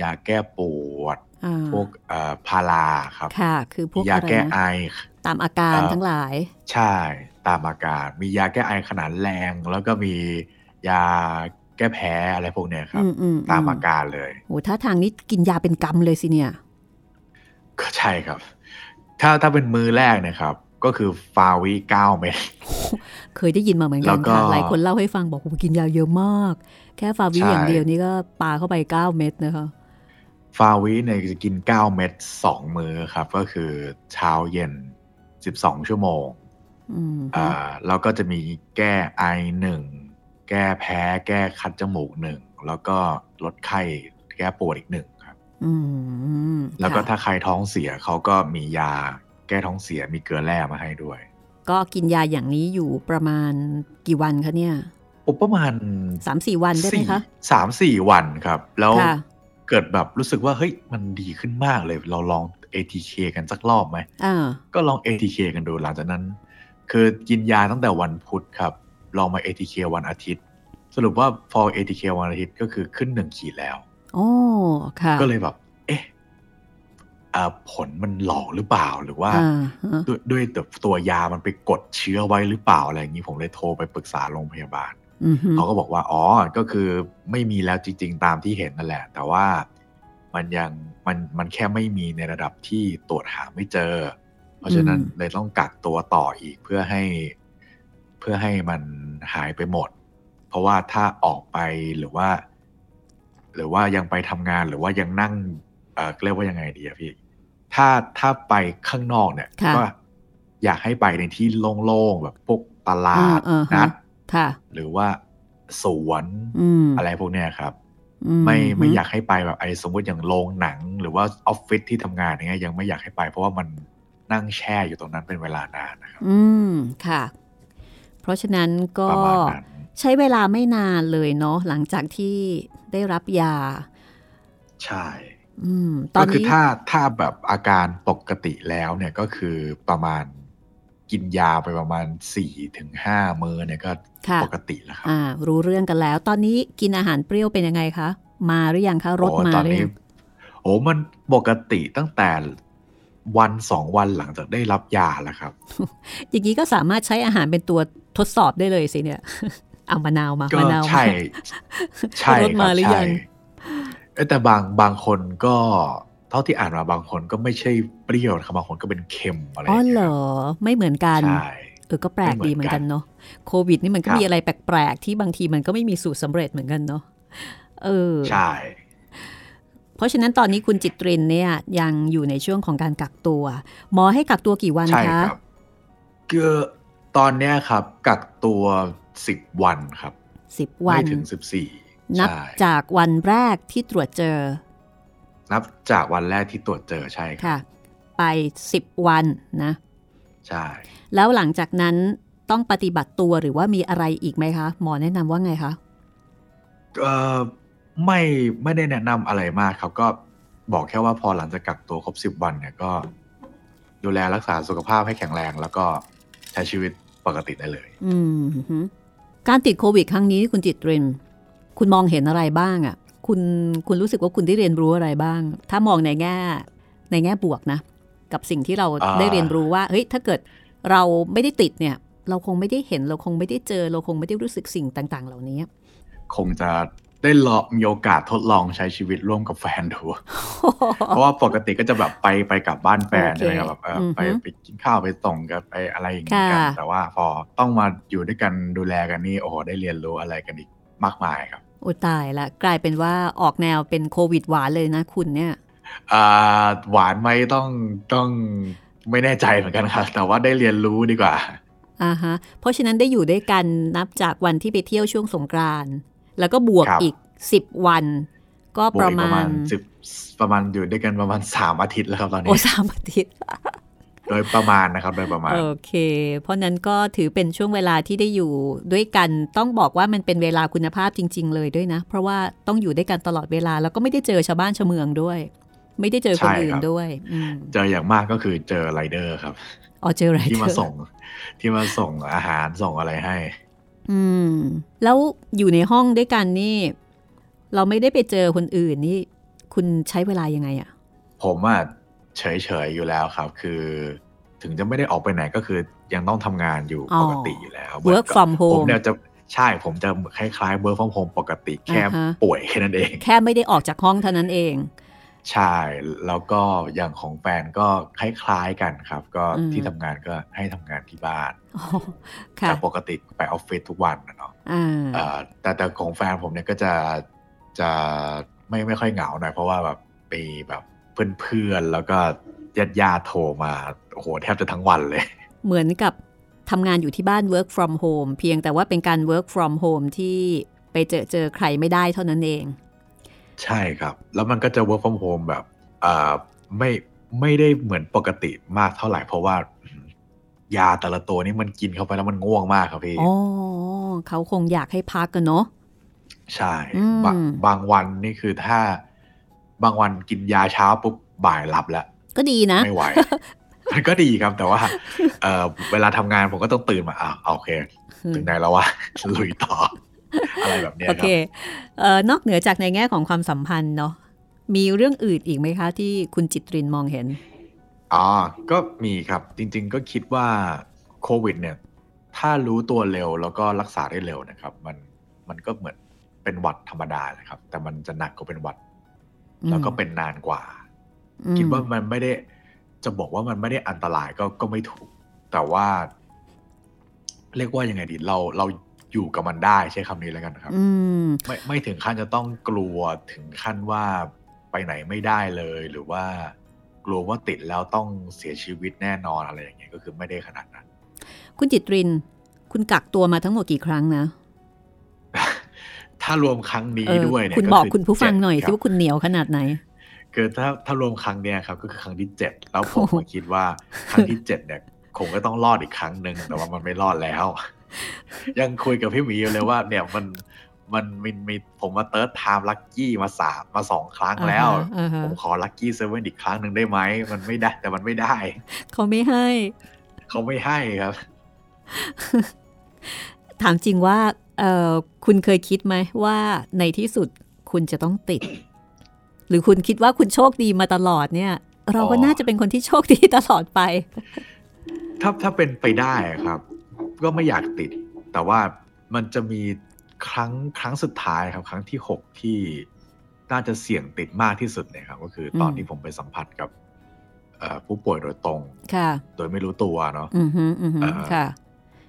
ยาแก้ปวด อ่า พวกเอ่อพาราครับ ค่ะ คือพวก ยา อะไร แก้ไอ นะตามอาการ เอ่อ ทั้งหลาย ใช่ตามอาการ มียาแก้ไอขนาดแรง แล้วก็มียาแก้แพ้อะไรพวกเนี้ยครับ อืมอืม ตามอาการเลย โอ้ถ้าทางนี้กินยาเป็นกรรมเลยสิเนี่ย ก็ใช่ครับ ถ้าถ้าเป็นมือแรกเนะครับ ก็คือฟาวิเก้าเม็ด เคยได้ยินมาเหมือนกัแล้น วก็ ค่ะ หลายคนเล่าให้ฟังบอกโอ้โหกินยาเยอะมาก แค่ฟาวิ ใช่ อย่างเดียวนี่ก็ปาเข้าไป 9 เม็ดนะคะ ฟาวิเนี่ยจะกิน 9 เม็ด2มื้อครับ ก็คือเช้าเย็น 12 ชั่วโมง อืม อ่าแล้วก็จะมีแก้ไอหนึ่งแก้แพ้แก้คัดจมูกหนึ่งแล้วก็ลดไข้แก้ปวดอีกหนึ่งครับ อืม แล้วก็ ค่ะ ถ้าใครท้องเสียเขาก็มียาแก้ท้องเสียมีเกลือแร่มาให้ด้วย ก็กินยาอย่างนี้อยู่ประมาณกี่วันคะเนี่ย อุปมาณ สามสี่วันได้ไหมคะ สี่สามสี่วันครับ แล้ว ค่ะ เกิดแบบรู้สึกว่าเฮ้ยมันดีขึ้นมากเลย เราลอง ATK กันสักรอบไหม อ่า ก็ลอง ATK กันดูหลังจากนั้น คือกินยาตั้งแต่วันพุธครับ ลองมา ATK วันอาทิตย์ สรุปว่าพอ ATK วันอาทิตย์ก็คือขึ้นหนึ่งขีดแล้ว โอ้ ค่ะ ก็เลยแบบ เอ๊ะอ่าผลมันหลอกหรือเปล่าหรือว่า อ่าฮะ ด้วยด้วยตัวตัวยามันไปกดเชื้อไว้หรือเปล่าอะไรอย่างนี้ผมเลยโทรไปปรึกษาโรงพยาบาล อือฮึ เขาก็บอกว่า อ๋อ ก็คือไม่มีแล้วจริง ๆ ตามที่เห็นนั่นแหละ แต่ว่ามันยังมันมันแค่ไม่มีในระดับที่ตรวจหาไม่เจอ เพราะฉะนั้นเลยต้องกักตัวต่ออีกเพื่อให้เพื่อให้มันหายไปหมด เพราะว่าถ้าออกไปหรือว่า หรือว่ายังไปทำงานหรือว่ายังนั่ง เอ่อเรียกว่ายังไงดีอะพี่ ถ้าถ้าไปข้างนอกเนี่ย ค่ะ ก็อยากให้ไปในที่โล่งๆแบบพวกตลาด อ่าอ่าฮะ นัด ค่ะ หรือว่าสวน อืม อะไรพวกเนี้ยครับ อื ไม่ไม่ ฮึ อยากให้ไปแบบไอ้สมมติอย่างโรงหนัง หรือว่าออฟฟิศที่ทำงานอย่างเงี้ยยังไม่อยากให้ไปเพราะว่ามันนั่งแช่อยู่ตรงนั้นเป็นเวลานานนะครับ อืม ค่ะ เพราะฉะนั้นก็ ประมาณนั้น ใช้เวลาไม่นานเลยเนาะหลังจากที่ได้รับยา ใช่ อืม ตอน ก็คือ นี้ ถ้าถ้าแบบอาการปกติแล้วเนี่ยก็คือประมาณกินยาไปประมาณสี่ถึงห้ามื้อเนี่ยก็ ค่ะ ปกติแล้วครับ อ่า รู้เรื่องกันแล้ว ตอนนี้กินอาหารเปรี้ยวเป็นยังไงคะ มาหรือยังคะรถ โอ้ มา ตอน หรือ นี้ ยัง โอ้มันปกติตั้งแต่วันสองวันหลังจากได้รับยาแล้วครับ อย่างนี้ก็สามารถใช้อาหารเป็นตัวทดสอบได้เลยสิเนี่ย เอามะนาวมา ก็ มะนาวมา ใช่ ใช่ รถ ค มา รับ หรือยั ใช่ ง เอ้ยแต่บางบางคนก็เท่าที่อ่านมาบางคนก็ไม่ใช่เปรี้ยวนะครับบางคนก็เป็นเค็มอะไรอ อ๋อย่าง เหร เงี้ย อไม่เหมือนกัน ใช่ เออก็แปลกดีเหมือนกันเนาะโควิดนี่มันก็ ครับ มีอะไรแปลกๆ ที่บางทีมันก็ไม่มีสูตรสำเร็จเหมือนกันเนาะเออ ใช่ เพราะฉะนั้นตอนนี้คุณจิตรินเนี่ยยังอยู่ในช่วงของการกักตัว หมอให้กักตัวกี่วัน ใช่ คะ ครับก็ตอนเนี้ยครับ กักตัวสิบวันครับ สิบวั ไม่ น ถึงสิบสี่ นับ ใช่ จากวันแรกที่ตรวจเจอ นับจากวันแรกที่ตรวจเจอใช่ครับ ค่ะ ไปสิบวันนะ ใช่ แล้วหลังจากนั้นต้องปฏิบัติตัวหรือว่ามีอะไรอีกไหมคะ หมอแนะนำว่าไงคะ เอ่อไม่ไม่ได้แนะนำอะไรมากครับ ก็บอกแค่ว่าพอหลังจากกักตัวครบสิบวันเนี่ยก็ ดูแลรักษาสุขภาพให้แข็งแรง แล้วก็ใช้ชีวิตปกติได้เลย อืมฮึการติดโควิดครั้งนี้คุณจิตริน คุณมองเห็นอะไรบ้างอะ่ะ คุณคุณรู้สึกว่าคุณได้เรียนรู้อะไรบ้าง ถ้ามองในแง่ในแง่บวกนะ กับสิ่งที่เรา อ่า ได้เรียนรู้ว่าเฮ้ยถ้าเกิดเราไม่ได้ติดเนี่ย เราคงไม่ได้เห็นเราคงไม่ได้เจอ เราคงไม่ได้รู้สึกสิ่งต่าง ๆ เหล่านี้ คงจะได้ลองมีโอกาสทดลองใช้ชีวิตร่วมกับแฟนดู เพราะว่าปกติก็จะแบบไปไปกลับบ้านแฟน โอเค ใช่ไหมครับแบบเออ อือฮึ ไปไปกินข้าวไปส่งกันไปอะไรอย่างนี้กัน ค่ะ แต่ว่าพอต้องมาอยู่ด้วยกันดูแลกันนี่โอ้โหได้เรียนรู้อะไรกันอีกมากมายครับ โอ้ตายละกลายเป็นว่าออกแนวเป็นโควิดหวานเลยนะคุณเนี่ย อ่าหวานไหมต้องต้องไม่แน่ใจเหมือนกันครับแต่ว่าได้เรียนรู้ดีกว่า อ่าฮะ เพราะฉะนั้นได้อยู่ด้วยกันนับจากวันที่ไปเที่ยวช่วงสงกรานต์แล้วก็บวก ครับ อีก 10 วัน ก็ บว ป ก ระ อีก มาณ สิบประมาณอยู่ด้วยกันประมาณสามอาทิตย์แล้วครับตอน โอ้ นี้ สามอาทิตย์ โดยประมาณนะครับโดยประมาณ โอเค เพราะนั้นก็ถือเป็นช่วงเวลาที่ได้อยู่ด้วยกันต้องบอกว่ามันเป็นเวลาคุณภาพจริง ๆ เลยด้วยนะ เพราะว่าต้องอยู่ด้วยกันตลอดเวลา แล้วก็ไม่ได้เจอชาวบ้านชาวเมืองด้วย ไม่ได้เจอคน ใช่ อื่น ครับ ด้วยอืม เจออย่างมากก็คือเจอไรเดอร์ครับ อ๋อเจออะไร ที่มา เธอ ส่งที่มาส่งอาหารส่งอะไรให้ อืม แล้วอยู่ในห้องด้วยกันนี่ เราไม่ได้ไปเจอคนอื่นนี่ คุณใช้เวลายังไงอะ ผมอะเฉยๆอยู่แล้วครับ คือ ถึงจะไม่ได้ออกไปไหนก็คือยังต้องทำงานอยู่ปกติอยู่แล้ว ะ work from ผม home เนี่ยจะใช่ผมจะคล้ายๆ work from home ปกติแค่ อ่าฮะ ป่วยแค่นั้นเอง แค่ไม่ได้ออกจากห้องเท่านั้นเอง ใช่ แล้วก็อย่างของแฟนก็คล้ายๆกันครับ ก็ อืม ที่ทำงานก็ให้ทำงานที่บ้าน อ๋อค่ะ แต่ปกติไปออฟฟิศทุกวันนะเนาะ อ่า เอ่อแต่แต่ของแฟนผมเนี่ยก็จะจะไม่ไม่ค่อยเหงาหน่อยเพราะว่าแบบมีแบบเพื่อนๆแล้วก็ญาติญาติๆโทรมาโอ้โหแทบจะทั้งวันเลย เหมือนกับทำงานอยู่ที่บ้าน work from home เพียงแต่ว่าเป็นการ work from home ที่ไปเจอเจอใครไม่ได้เท่านั้นเอง ใช่ครับ แล้วมันก็จะ work from home แบบเอ่อไม่ไม่ได้เหมือนปกติมากเท่าไหร่ เพราะว่า ยาแต่ละตัวนี่มันกินเข้าไปแล้วมันง่วงมากครับพี่ อ๋อ เขาคงอยากให้พักกันเนาะ ใช่ อืม บางบางวันนี่คือถ้า บางวันกินยาเช้าปุ๊บบ่ายหลับแล้ว ก็ดีนะ ไม่ไหว มันก็ดีครับแต่ว่า เอ่อเวลาทำงานผมก็ต้องตื่นมาอ่ะโอเค ถึงไหนแล้ววะ ลุยต่อ อะไรแบบเนี้ย โอ ค เครับ เอ่อนอกเหนือจากในแง่ของความสัมพันธ์เนาะ มีเรื่องอื่นอีกไหมคะที่คุณจิตรินมองเห็น อ๋อ ก็มีครับ จริงๆ ก็คิดว่าโควิดเนี่ย ถ้ารู้ตัวเร็วแล้วก็รักษาได้เร็วนะครับ มัน มันก็เหมือนเป็นหวัดธรรมดาแหละครับ แต่มันจะหนักกว่าเป็นหวัด อืม แล้วก็เป็นนานกว่า คิดว่ามันไม่ได้ จะบอกว่ามันไม่ได้อันตรายก็ ก็ไม่ถูก แต่ว่า เรียกว่ายังไงดี เรา เราอยู่กับมันได้ใช้คำนี้แล้วกันครับ อืม ไม่ไม่ถึงขั้นจะต้องกลัวถึงขั้นว่าไปไหนไม่ได้เลย หรือว่ากลัวว่าติดแล้วต้องเสียชีวิตแน่นอนอะไรอย่างเงี้ยก็คือไม่ได้ขนาดนั้น คุณจิตริน คุณกักตัวมาทั้งหมดกี่ครั้งนะ ถ้ารวมครั้งนี้ เออ ด้วยเนี่ย คุณบอก อ คุณผู้ฟังหน่อย เจ็สิดครับ ว่าคุณเหนียวขนาดไหน คือถ้าถ้ารวมครั้งเนี้ยครับก็คือครั้งที่เจ็ดแล้วผ โอ้ ม โห ก็คิดว่าครั้งที่เจ็ดเนี่ยคงก็ต้องรอดอีกครั้งหนึ่งแต่ว่ามันไม่รอดแล้ว ยังคุยกับพี่หมีอยู่เลยว่า เนี่ยมันมันมีมีผมมาเติร์ดไทม์ลักกี้มาสามมาสองครั้งแล้ว อ่าฮะอ่าฮะ ผมขอลัคกี้เซเว่นอีกครั้งหนึ่งได้ไหม มันไม่ได้ แต่มันไม่ได้ เขาไม่ให้ เขาไม่ให้ครับ ถามจริงว่าเออคุณเคยคิดไหมว่าในที่สุดคุณจะต้องติด หรือคุณคิดว่าคุณโชคดีมาตลอดเนี่ย เราก็ อ๋อ น่าจะเป็นคนที่โชคดีตลอดไป ถ้าถ้าเป็นไปได้ครับ ก็ไม่อยากติด แต่ว่ามันจะมีครั้งครั้งสุดท้ายครับ ครั้งที่หกที่น่าจะเสี่ยงติดมากที่สุดเนี่ยครับ ก็คือตอน อืม ที่ผมไปสัมผัสกับเอ่อผู้ป่วยโดยตรง ค่ะ โดยไม่รู้ตัวเนาะ อือฮึอือฮึ เอ่อ ค่ะ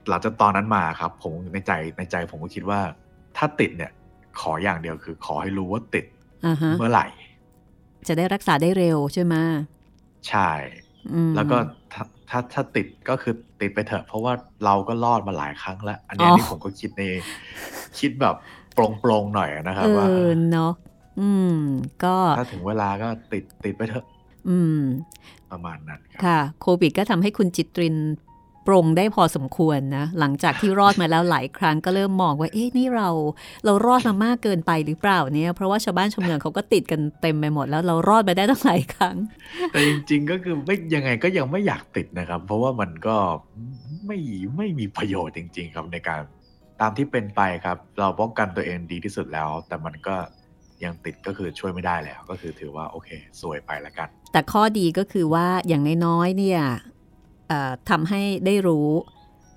หลังจากตอนนั้นมาครับ ผมในใจในใจผมก็คิดว่า ถ้าติดเนี่ย ขออย่างเดียวคือ ขอให้รู้ว่าติด อ่าฮะ เมื่อไหร่ จะได้รักษาได้เร็วใช่ไหม ใช่ อืม แล้วก็ถ้าถ้าถ้าติดก็คือติดไปเถอะ เพราะว่าเราก็รอดมาหลายครั้งแล้ว อันเนี้ย อ๋อ นี่ผมก็คิดในคิดแบบโปร่งๆหน่อยนะครับ เอ ว่า อเนาะอืม ก็ ถ้าถึงเวลาก็ติดติดไปเถอะ อืม ประมาณนั้นครับ ค่ะ โควิดก็ทำให้คุณจิตริน ปรงได้พอสมควรนะหลังจากที่รอดมาแล้วหลายครั้งก็เริ่มมองว่าเอ๊ะนี่เราเรารอดมามากเกินไปหรือเปล่าเนี่ยเพราะว่าชาวบ้านชาวเมืองเขาก็ติดกันเต็มไปหมดแล้วเรารอดมาได้ตั้งหลายครั้ง แต่จริงๆก็คือไม่ยังไงก็ยังไม่อยากติดนะครับ เพราะว่ามันก็ไม่ไม่มีประโยชน์จริง ๆ ครับในการตามที่เป็นไปครับ เราป้องกันตัวเองดีที่สุดแล้ว แต่มันก็ยังติดก็คือช่วยไม่ได้แล้ว ก็คือถือว่าโอเคสวยไปละกัน แต่ข้อดีก็คือว่าอย่างน้อยๆเนี่ยเอ่อทำให้ได้รู้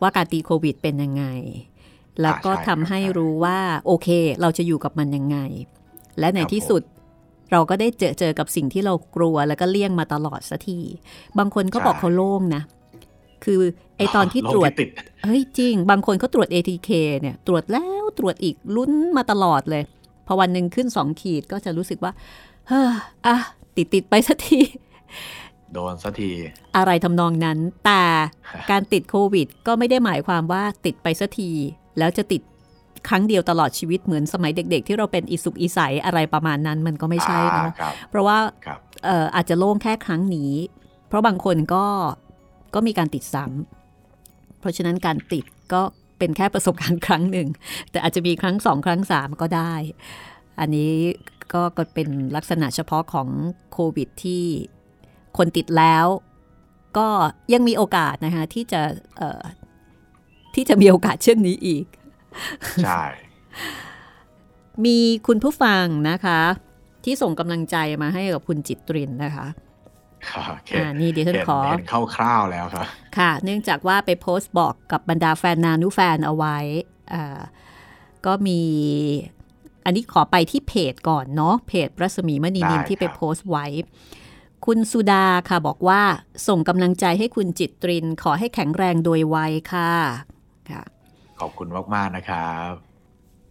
ว่าการตีโควิดเป็นยังไง แล้วก็ อ่าใช่ครับ ทำให้ ใช่ รู้ว่าโอเค เราจะอยู่กับมันยังไง และในที่สุดเราก็ได้เจอเจอกับสิ่งที่เรากลัวแล้วก็เลี่ยงมาตลอดสักทีบางคนก็บอกเขาโล่งนะ คือไอตอนที่ โร ต ค รวจ ติด เฮ้ยจริง บางคนเขาตรวจ ATK เนี่ยตรวจแล้วตรวจอีกลุ้นมาตลอดเลย พอวันหนึ่งขึ้น 2 ขีดก็จะรู้สึกว่า เฮ้ออ่ะติดติดๆไปสักที โดนสักที อะไรทำนองนั้น แต่การติดโควิด ก็ไม่ได้หมายความว่าติดไปสักที แล้วจะติดครั้งเดียวตลอดชีวิตเหมือนสมัยเด็ก ๆ ที่เราเป็นอิสุกอิสัยอะไรประมาณนั้นมันก็ไม่ใช่ อ่า เนาะ ครับ เพราะว่า ครับ เอ่ออาจจะโล่งแค่ครั้งนี้ เพราะบางคนก็ก็มีการติดซ้ำเพราะฉะนั้นการติดก็เป็นแค่ประสบการณ์ครั้งหนึ่ง แต่อาจจะมีครั้งสองครั้งสามก็ได้ อันนี้ก็ก็เป็นลักษณะเฉพาะของโควิดที่คนติดแล้ว ก็ยังมีโอกาสนะคะที่จะเอ่อที่จะมีโอกาสเช่นนี้อีก ใช่ มีคุณผู้ฟังนะคะ ที่ส่งกำลังใจมาให้กับคุณจิตรินนะคะ ครับโอเค อ่านี่เดี๋ยวฉัน เห็น ขอ เห็นคร่าวๆแล้วครับ ค่ะ เนื่องจากว่าไปโพสต์บอกกับบรรดาแฟนนานุแฟนเอาไว้อ่าก็มี อันนี้ขอไปที่เพจก่อนเนาะ เพจรัศมีมณีนิน ได้ ที่ไป ครับ โพสต์ไว้ คุณสุดาค่ะบอกว่าส่งกำลังใจให้คุณจิตริน ขอให้แข็งแรงโดยไวค่ะค่ะ ขอบคุณมากๆนะครับ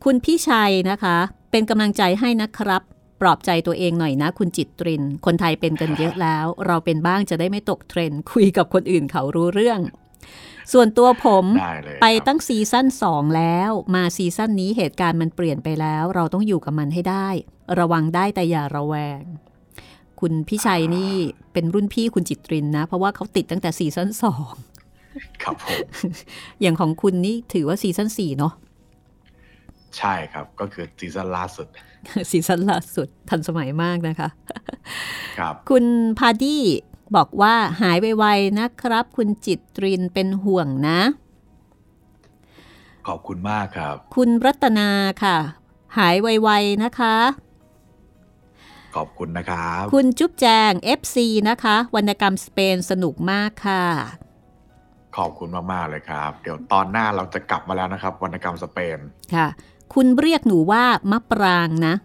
คุณพี่ชัยนะคะ เป็นกำลังใจให้นะครับ ปลอบใจตัวเองหน่อยนะ คุณจิตริน คนไทยเป็นกันเยอะแล้ว เราเป็นบ้างจะได้ไม่ตกเทรนด์คุยกับคนอื่นเขารู้เรื่อง ส่วนตัวผม ได้เลย ไป ครับ ตั้งซีซั่น2 แล้ว มาซีซั่นนี้เหตุการณ์มันเปลี่ยนไปแล้ว เราต้องอยู่กับมันให้ได้ ระวังได้แต่อย่าระแวง คุณพี่ชัยนี่เป็นรุ่นพี่คุณจิตรินนะ เพราะว่าเขาติดตั้งแต่ซีซั่น ครับผม 2 อย่างของคุณนี่ถือว่าซีซั่น4เนาะ ใช่ครับ ก็คือซีซั่นล่าสุด ซีซั่นล่าสุดทันสมัยมากนะคะ ครับ คุณพาดี้บอกว่าหายไวๆนะครับ คุณจิตรินเป็นห่วงนะ ขอบคุณมากครับ คุณรัตนาค่ะ หายไวๆนะคะ ขอบคุณนะครับ คุณจุ๊บแจง FC นะคะ วรรณกรรมสเปนสนุกมากค่ะ ขอบคุณมากๆเลยครับ เดี๋ยวตอนหน้าเราจะกลับมาแล้วนะครับ วรรณกรรมสเปน ค่ะ คุณเรียกหนูว่ามะปรางนะ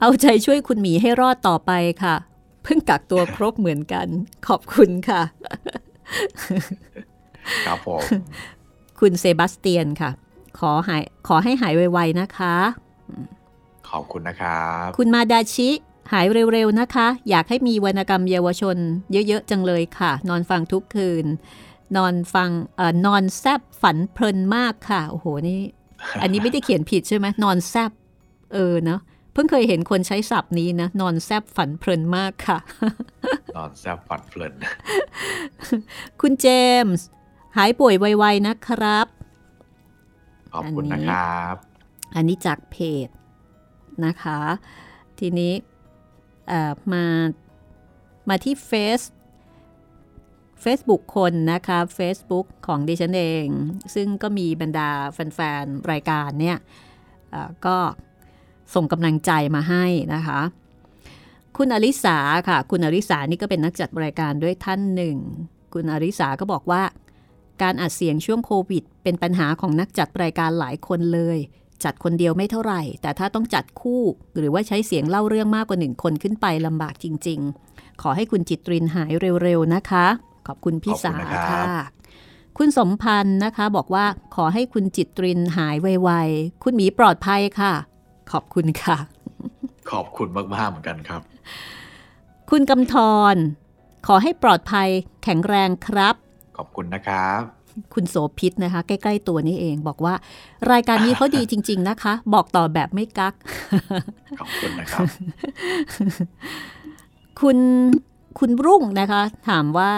เอาใจช่วยคุณหมีให้รอดต่อไปค่ะ เพิ่งกักตัวครบเหมือนกัน ขอบคุณค่ะ ครับผม คุณเซบาสเตียนค่ะ ขอหายขอให้หายไวๆนะคะ ขอบคุณนะครับ คุณมาดาชิ หายเร็วๆนะคะ อยากให้มีวรรณกรรมเยาวชน เยอะๆจังเลยค่ะ นอนฟังทุกคืน นอนฟังเอ่อนอนแซบฝันเพลินมากค่ะ โอ้โหนี่ อันนี้ไม่ได้เขียนผิดใช่ไหมนอนแซบเออเนาะเพิ่งเคยเห็นคนใช้ศัพท์นี้นะ นอนแซบฝันเพลินมากค่ะ นอนแซบฝันเพลิน คุณเจมส์หายป่วยไวๆนะครับ ขอบคุณนะครับ อันนี้จากเพจนะคะ ทีนี้เอ่อมามาที่เฟซ Facebook คนนะคะ Facebook ของดิฉันเอง ซึ่งก็มีบรรดาแฟนๆ รายการเนี่ยเอ่อก็ส่งกำลังใจมาให้นะคะ คุณอลิสาค่ะ คุณอลิสานี่ก็เป็นนักจัดรายการด้วยท่านหนึ่ง คุณอลิสาก็บอกว่า การอัดเสียงช่วงโควิด เป็นปัญหาของนักจัดรายการหลายคนเลย จัดคนเดียวไม่เท่าไหร่ แต่ถ้าต้องจัดคู่ หรือว่าใช้เสียงเล่าเรื่องมากกว่าหนึ่งคนขึ้นไปลำบากจริง ๆ ขอให้คุณจิตรินหายเร็วๆนะคะ ขอบคุณพี่ ขอบคุณ สา นะครับ ค่ะ คุณสมพันธ์นะคะบอกว่าขอให้คุณจิตรินหายไวๆ คุณหมีปลอดภัยค่ะ ขอบคุณค่ะ ขอบคุณมากๆเหมือนกันครับ คุณกำธรขอให้ปลอดภัยแข็งแรงครับ ขอบคุณนะครับ คุณโสพิษนะคะ ใกล้ๆตัวนี่เองบอกว่า รายการนี้เขาดีจริง ๆนะคะ บอกต่อแบบไม่กัก ขอบคุณนะครับ คุณคุณรุ่งนะคะ ถามว่า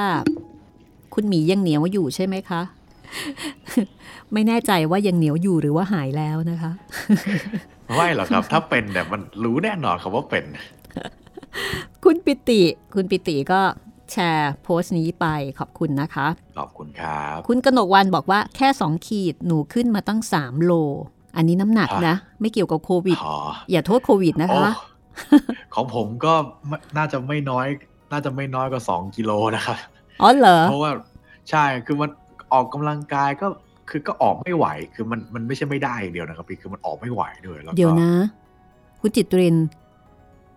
คุณหมียังเหนียวอยู่ใช่ไหมคะ ไม่แน่ใจว่ายังเหนียวอยู่หรือว่าหายแล้วนะคะ ไม่หรอกครับ ถ้าเป็นเนี่ยมันรู้แน่นอนครับว่าเป็น คุณปิติ คุณปิติก็แชร์โพสต์นี้ไปขอบคุณนะคะ ขอบคุณครับ คุณกนกวันบอกว่าแค่ 2 ขีดหนูขึ้นมาตั้ง 3 โล อันนี้น้ำหนักนะ ไม่เกี่ยวกับโควิด ขอ อย่าโทษโควิดนะคะ โอ้ของผมก็ไม่น่าจะไม่น้อย น่าจะไม่น้อยกว่าสองกิโลนะครับ อ๋อเหรอ เพราะว่าใช่คือมันออกกำลังกายก็คือก็ออกไม่ไหว คือมันมันไม่ใช่ไม่ได้อย่างเดียวนะครับพี่คือมันออกไม่ไหวด้วยแล้วก็ เดี๋ยวนะ คุณจิตริน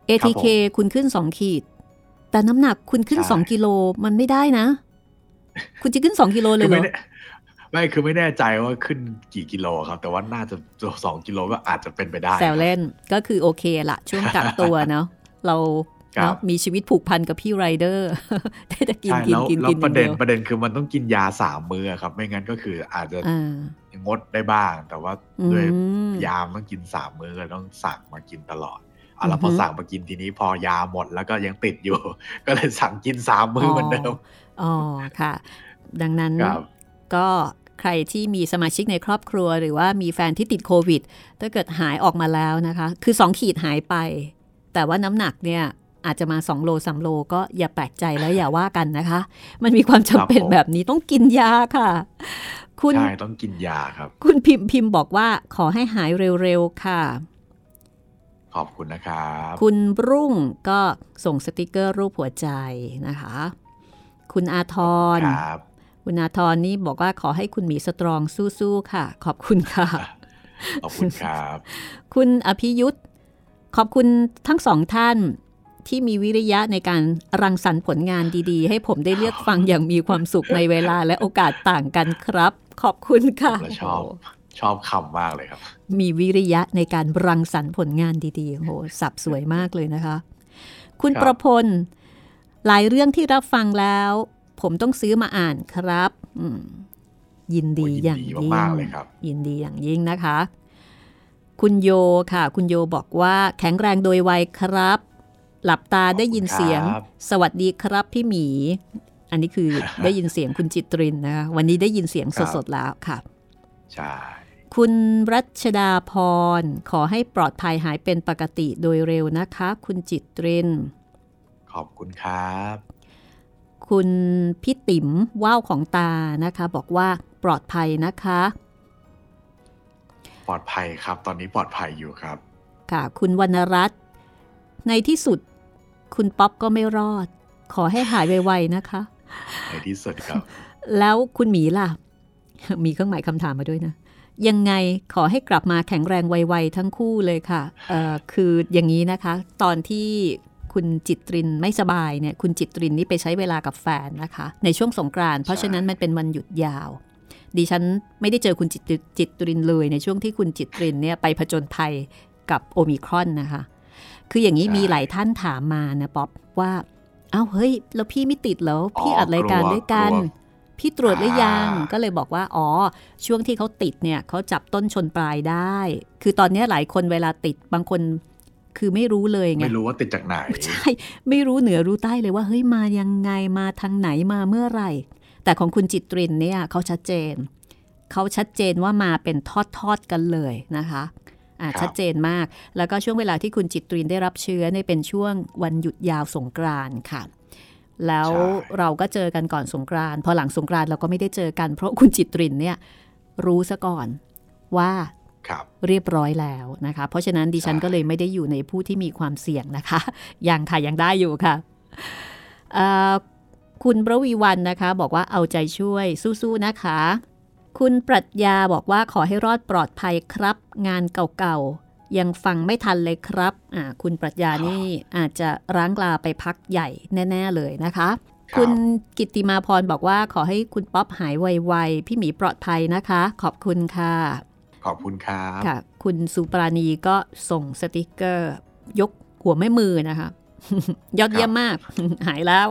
ATK ครับผม คุณขึ้น 2 ขีด แต่น้ำหนักคุณขึ้น ใช่ 2 กิโลมันไม่ได้นะ คุณจะขึ้น 2 กิโลเล คื ย อ เหร ไม่ อ แน่ไม่คือไม่แน่ใจว่าขึ้นกี่กิโลครับ แต่ว่าน่าจะสองกิโลก็อาจจะเป็นไปได้ แซวเล่นก็คือโอเคละช่วงกักตัวเนาะเรา ครับ เนาะมีชีวิตผูกพันกับพี่ไรเดอร์ ได้แต่กิน ใช่ กิน แล้ว กิน แล้ว กินอ ป ย่า ระ ง เด็ เดี น ยว ประเด็นคือมันต้องกินยาสามมื้อครับ ไม่งั้นก็คืออาจจะ อ่าง ดได้บ้าง แต่ว่า อื ด้วย ม ยามต้องกินสามมื้อก็ต้องสั่งมากินตลอดอ่ะแล้วพอ อฮึ สั่งมากินทีนี้พอยาหมดแล้วก็ยังติดอยู่ ก็เลยสั่งกินสามมื้อเหมือนเดิม อ๋อค่ะ ดังนั้น ครับ ก็ใครที่มีสมาชิกในครอบครัว หรือว่ามีแฟนที่ติดโควิด ถ้าเกิดหายออกมาแล้วนะคะ คือ 2 ขีดหายไป แต่ว่าน้ำหนักเนี่ยอาจจะมา 2 โล3โล ก็อย่าแปลกใจแล้วอย่าว่ากันนะคะ มันมีความจำเป็น ครับผม แบบนี้ต้องกินยาค่ะ คุณ ใช่ต้องกินยาครับ คุณพิมพ์พิมพ์บอกว่าขอให้หายเร็วๆค่ะ ขอบคุณนะครับ คุณรุ่งก็ส่งสติกเกอร์รูปหัวใจนะคะ คุณอาทร ครับ คุณอาทรนี่บอกว่าขอให้คุณหมีสตรองสู้ๆค่ะ ขอบคุณ ค่ะ ขอบคุณครับ คุณอภิยุทธ์ขอบคุณทั้งสองท่านที่มีวิริยะในการรังสรรค์ผลงานดีๆ ให้ผมได้เลือกฟังอย่างมีความสุขในเวลาและโอกาสต่างกันครับ ขอบคุณค่ะ ผมละชอบ โโห ชอบคำมากเลยครับ มีวิริยะในการรังสรรค์ผลงานดีๆโอ้โหสับสวยมากเลยนะคะ คุณ ครับ ประพลหลายเรื่องที่รับฟังแล้ว ผมต้องซื้อมาอ่านครับอืมยิน โอ้ ดี ยิน อย่าง ดี ยิ่ง มากๆเลยครับ ยินดีอย่างยิ่งนะคะ คุณโยค่ะ คุณโยบอกว่าแข็งแรงโดยไวครับ หลับตาได้ยินเสียง ครับ สวัสดีครับพี่หมี อันนี้ คือ ได้ยินเสียงคุณจิตรินนะคะวันนี้ได้ยินเสียงสดๆแล้วค่ะ ใช่ คุณรัชดาพร ขอให้ปลอดภัยหายเป็นปกติโดยเร็วนะคะ คุณจิตริน ขอบคุณครับ คุณพี่ติ๋มว่าวของตานะคะ บอกว่าปลอดภัยนะคะ ปลอดภัยครับ ตอนนี้ปลอดภัยอยู่ครับ ค่ะ คุณวรรณรัตน์ในที่สุด คุณป๊อปก็ไม่รอด ขอให้หายไวๆนะคะ ในที่สุดครับ แล้วคุณหมีล่ะ มีเครื่องหมายคำถามมาด้วยนะ ยังไงขอให้กลับมาแข็งแรงไวๆทั้งคู่เลยค่ะเอ่อคืออย่างนี้นะคะ ตอนที่คุณจิตรินไม่สบายเนี่ย คุณจิตรินนี่ไปใช้เวลากับแฟนนะคะ ในช่วงสงกรานต์เพราะฉะนั้นมันเป็นวันหยุดยาว ดิฉันไม่ได้เจอคุณจิตจิตรินเลย ในช่วงที่คุณจิตรินเนี่ยไปผจญภัยกับโอมิครอนนะคะ คืออย่างนี้ ใช่ มีหลายท่านถามมานะป๊อปว่า เอ้าเฮ้ย แล้วพี่ไม่ติดแล้วพี่ อ๋ออั อัดรายการ กลัว ด้วยกัน กลัว พี่ตรวจหรือยัง อ่า ก็เลยบอกว่า อ๋อ ช่วงที่เขาติดเนี่ยเขาจับต้นชนปลายได้ คือตอนเนี้ยหลายคนเวลาติดบางคนคือไม่รู้เลยไง ไม่รู้ว่าติดจากไหน ใช่ ไม่รู้เหนือรู้ใต้เลยว่า เฮ้ย มายังไงมาทางไหนมาเมื่อไหร่ แต่ของคุณจิตรินเนี่ยเขาชัดเจน เขาชัดเจนว่ามาเป็นทอดทอดๆกันเลยนะคะอ่ะ ครับ ชัดเจนมาก แล้วก็ช่วงเวลาที่คุณจิตรินได้รับเชื้อเนี่ยเป็นช่วงวันหยุดยาวสงกรานต์ค่ะ แล้วเราก็เจอกันก่อนสงกรานต์พอหลังสงกรานต์เราก็ไม่ได้เจอกัน เพราะคุณจิตรินเนี่ยรู้ซะก่อนว่า ครับ เรียบร้อยแล้วนะคะ เพราะฉะนั้นดิฉัน ใช่ ก็เลยไม่ได้อยู่ในผู้ที่มีความเสี่ยงนะคะ ยังค่ะยังได้อยู่ค่ะเอ่อคุณประวีวันนะคะ บอกว่าเอาใจช่วยสู้ๆนะคะ คุณปรัชญาบอกว่าขอให้รอดปลอดภัยครับ งานเก่าๆ ยังฟังไม่ทันเลยครับอ่าคุณปรัชญานี่อาจจะร้างลาไปพักใหญ่แน่ๆเลยนะคะ รับ คุณกิตติมาพรบอกว่าขอให้คุณป๊อปหายไวๆพี่หมีปลอดภัยนะคะ ขอบคุณค่ะ ขอบคุณครับ ค่ะ คุณสุปราณีก็ส่งสติกเกอร์ ยกหัวแม่มือนะคะ ยอดเยี่ยมมาก หายแล้ว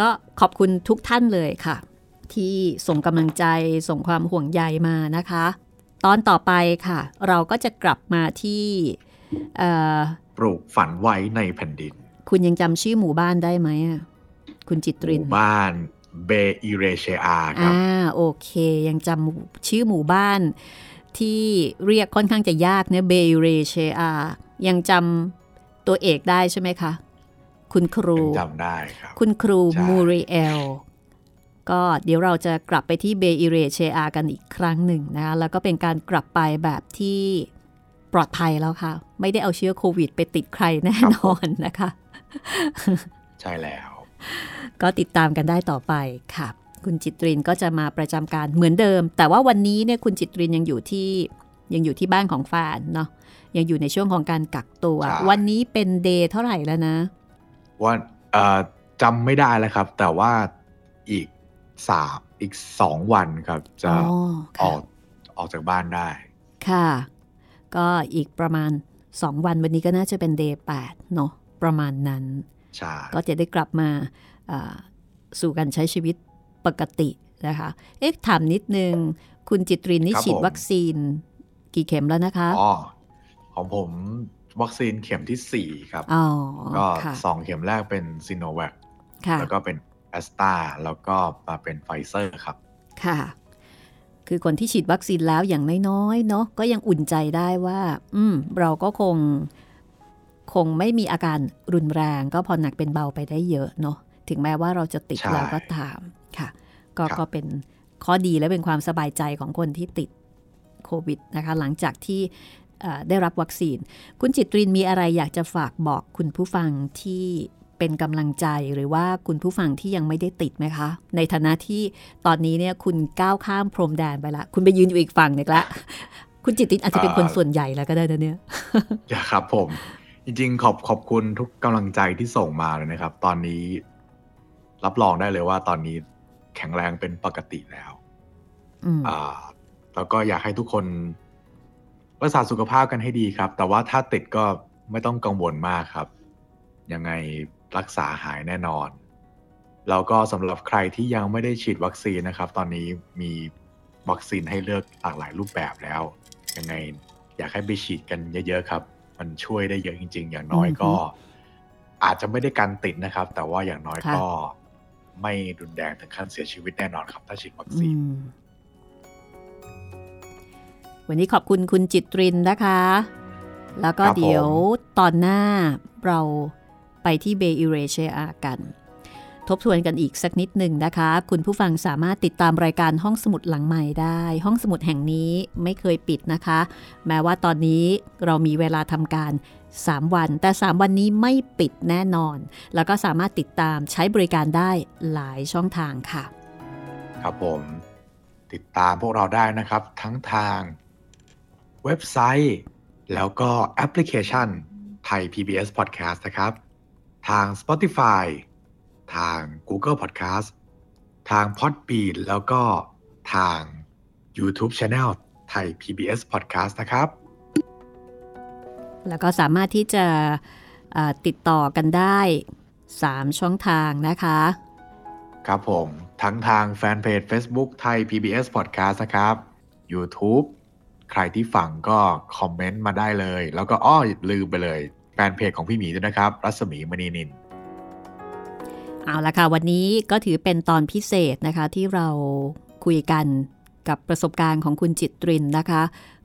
ก็ขอบคุณทุกท่านเลยค่ะ ที่ส่งกำลังใจส่งความห่วงใยมานะคะ ตอนต่อไปค่ะ เราก็จะกลับมาที่เอ่อ ปลูกฝันไว้ในแผ่นดิน คุณยังจำชื่อหมู่บ้านได้ไหมอะคุณจิต ห ริน มู่บ้าน เบอิเรเชอาครับ อ่าโอเค ยังจำชื่อหมู่บ้านที่เรียกค่อนข้างจะยากเนะเบเรเชอายังจำตัวเอกได้ใช่ไหมคะ คุณครู จำได้ครับ คุณครู ใช่ มูริเอล ก็เดี๋ยวเราจะกลับไปที่เบอิเรเชอากันอีกครั้งหนึ่งนะคะแล้วก็เป็นการกลับไปแบบที่ปลอดภัยแล้วค่ะ ไม่ได้เอาเชื้อโควิดไปติดใครแน่นอนนะคะ ใช่แล้ว ก็ติดตามกันได้ต่อไปค่ะ คุณจิตรินก็จะมาประจำการเหมือนเดิม แต่ว่าวันนี้เนี่ยคุณจิตรินยังอยู่ที่ยังอยู่ที่บ้านของฟานเนาะยังอยู่ในช่วงของการกักตัว ใช่ วันนี้เป็นเดย์เท่าไหร่แล้วนะ ว่าเอ่อจำไม่ได้แล้วครับ แต่ว่าอีกสามอีกสองวันครับ จะ อ๋อ อ ค่ะ อกออกจากบ้านได้ ค่ะ ก็อีกประมาณ 2 วันวันนี้ก็น่าจะเป็นเดย์8เนาะประมาณนั้น ใช่ ก็จะได้กลับมาอ่าสู่การใช้ชีวิตปกตินะคะ เอ๊ะถามนิดนึง คุณจิตรินนี่ฉีดวัคซีนกี่เข็มแล้วนะคะ อ๋อของผมวัคซีนเข็มที่สี่ครับ อ๋อ ก็ ค่ะ สองเข็มแรกเป็นซีโนแวค ค่ะ แล้วก็เป็นแอสตาแล้วก็มาเป็นไฟเซอร์ครับ ค่ะ คือคนที่ฉีดวัคซีนแล้วอย่างน้อยๆเนาะก็ยังอุ่นใจได้ว่า อืม เราก็คง คงไม่มีอาการรุนแรง ก็พอหนักเป็นเบาไปได้เยอะเนาะถึงแม้ว่าเราจะติด ใช่ แล้วก็ตามค่ะ ก็ ครับ ก็เป็นข้อดีและเป็นความสบายใจของคนที่ติดโควิดนะคะ หลังจากที่เอ่อได้รับวัคซีน คุณจิตรินมีอะไรอยากจะฝากบอกคุณผู้ฟังที่เป็นกำลังใจหรือว่าคุณผู้ฟังที่ยังไม่ได้ติดไหมคะ ในฐานะที่ตอนนี้เนี่ยคุณก้าวข้ามพรมแดนไปละ คุณไปยืนอยู่อีกฝั่งหนึงละ คุณจิตรินอาจจะเป็นคนส่วนใหญ่แล้วก็ได้นะเนี่ย ครับผม จริงๆ ขอบขอบคุณทุกกำลังใจที่ส่งมาเลยนะครับ ตอนนี้รับรองได้เลยว่าตอนนี้แข็งแรงเป็นปกติแล้ว อืม อ่าแล้วก็อยากให้ทุกคนรักษาสุขภาพกันให้ดีครับ แต่ว่าถ้าติดก็ไม่ต้องกังวลมากครับ ยังไงรักษาหายแน่นอน แล้วก็สำหรับใครที่ยังไม่ได้ฉีดวัคซีนนะครับ ตอนนี้มีวัคซีนให้เลือกหลากหลายรูปแบบแล้ว ยังไงอยากให้ไปฉีดกันเยอะๆครับ มันช่วยได้เยอะจริง ๆ อย่างน้อยก็ อาจจะไม่ได้การติดนะครับ แต่ว่าอย่างน้อย ค่ะ ก็ไม่รุนแรงถึงขั้นเสียชีวิตแน่นอนครับ ถ้าฉีดวัค อื ซีน ม วันนี้ขอบคุณคุณจิตรินนะคะ แล้วก็ ครับผม เดี๋ยวตอนหน้าเราไปที่เบอิเรเชียกัน ทบทวนกันอีกสักนิดหนึ่งนะคะ คุณผู้ฟังสามารถติดตามรายการห้องสมุดหลังใหม่ได้ ห้องสมุดแห่งนี้ไม่เคยปิดนะคะ แม้ว่าตอนนี้เรามีเวลาทำการ 3 วัน แต่ 3 วันนี้ไม่ปิดแน่นอน แล้วก็สามารถติดตามใช้บริการได้หลายช่องทางค่ะ ครับผมติดตามพวกเราได้นะครับ ทั้งทางเว็บไซต์ แล้วก็แอปพลิเคชันไทย PBS Podcast นะครับ ทาง Spotify ทาง Google Podcast ทาง Podbean แล้วก็ทาง YouTube Channel ไทย PBS Podcast นะครับ แล้วก็สามารถที่จะเอ่อติดต่อกันได้ 3 ช่องทางนะคะ ครับผม ทั้งทางแฟนเพจ Facebook ไทย PBS Podcast นะครับ YouTube ใครที่ฟังก็คอมเมนต์มาได้เลย แล้วก็อ้อลืมไปเลย แฟนเพจของพี่หมีด้วยนะครับ รัศมีมณีนิน เอาละค่ะ วันนี้ก็ถือเป็นตอนพิเศษนะคะที่เราคุยกันกับประสบการณ์ของคุณจิตรินนะคะ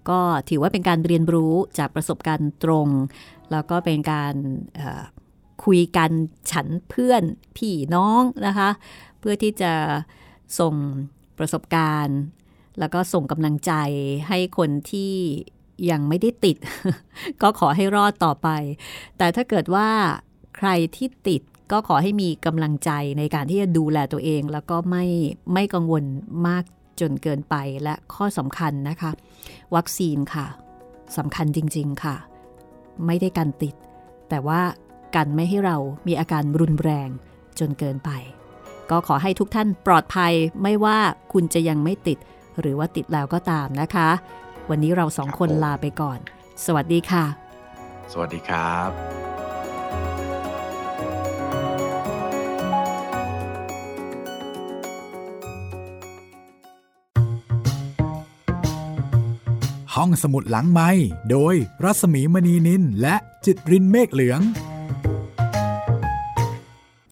ก็ถือว่าเป็นการเรียนรู้จากประสบการณ์ตรง แล้วก็เป็นการเอ่อคุยกันฉันเพื่อนพี่น้องนะคะ เพื่อที่จะส่งประสบการณ์ แล้วก็ส่งกำลังใจให้คนที่ยังไม่ได้ติด ก็ขอให้รอดต่อไป แต่ถ้าเกิดว่าใครที่ติดก็ขอให้มีกำลังใจในการที่จะดูแลตัวเอง แล้วก็ไม่ไม่กังวลมากจนเกินไปและข้อสำคัญนะคะ วัคซีนค่ะสำคัญจริง ๆค่ะ ไม่ได้กันติด แต่ว่ากันไม่ให้เรามีอาการรุนแรงจนเกินไป ก็ขอให้ทุกท่านปลอดภัยไม่ว่าคุณจะยังไม่ติด หรือว่าติดแล้วก็ตามนะคะ วันนี้เราสองคน ครับผม ลาไปก่อน สวัสดีค่ะ สวัสดีครับ ห้องสมุดหลังไม้โดยรัศมีมณีนินและจิตรินเมฆเหลือง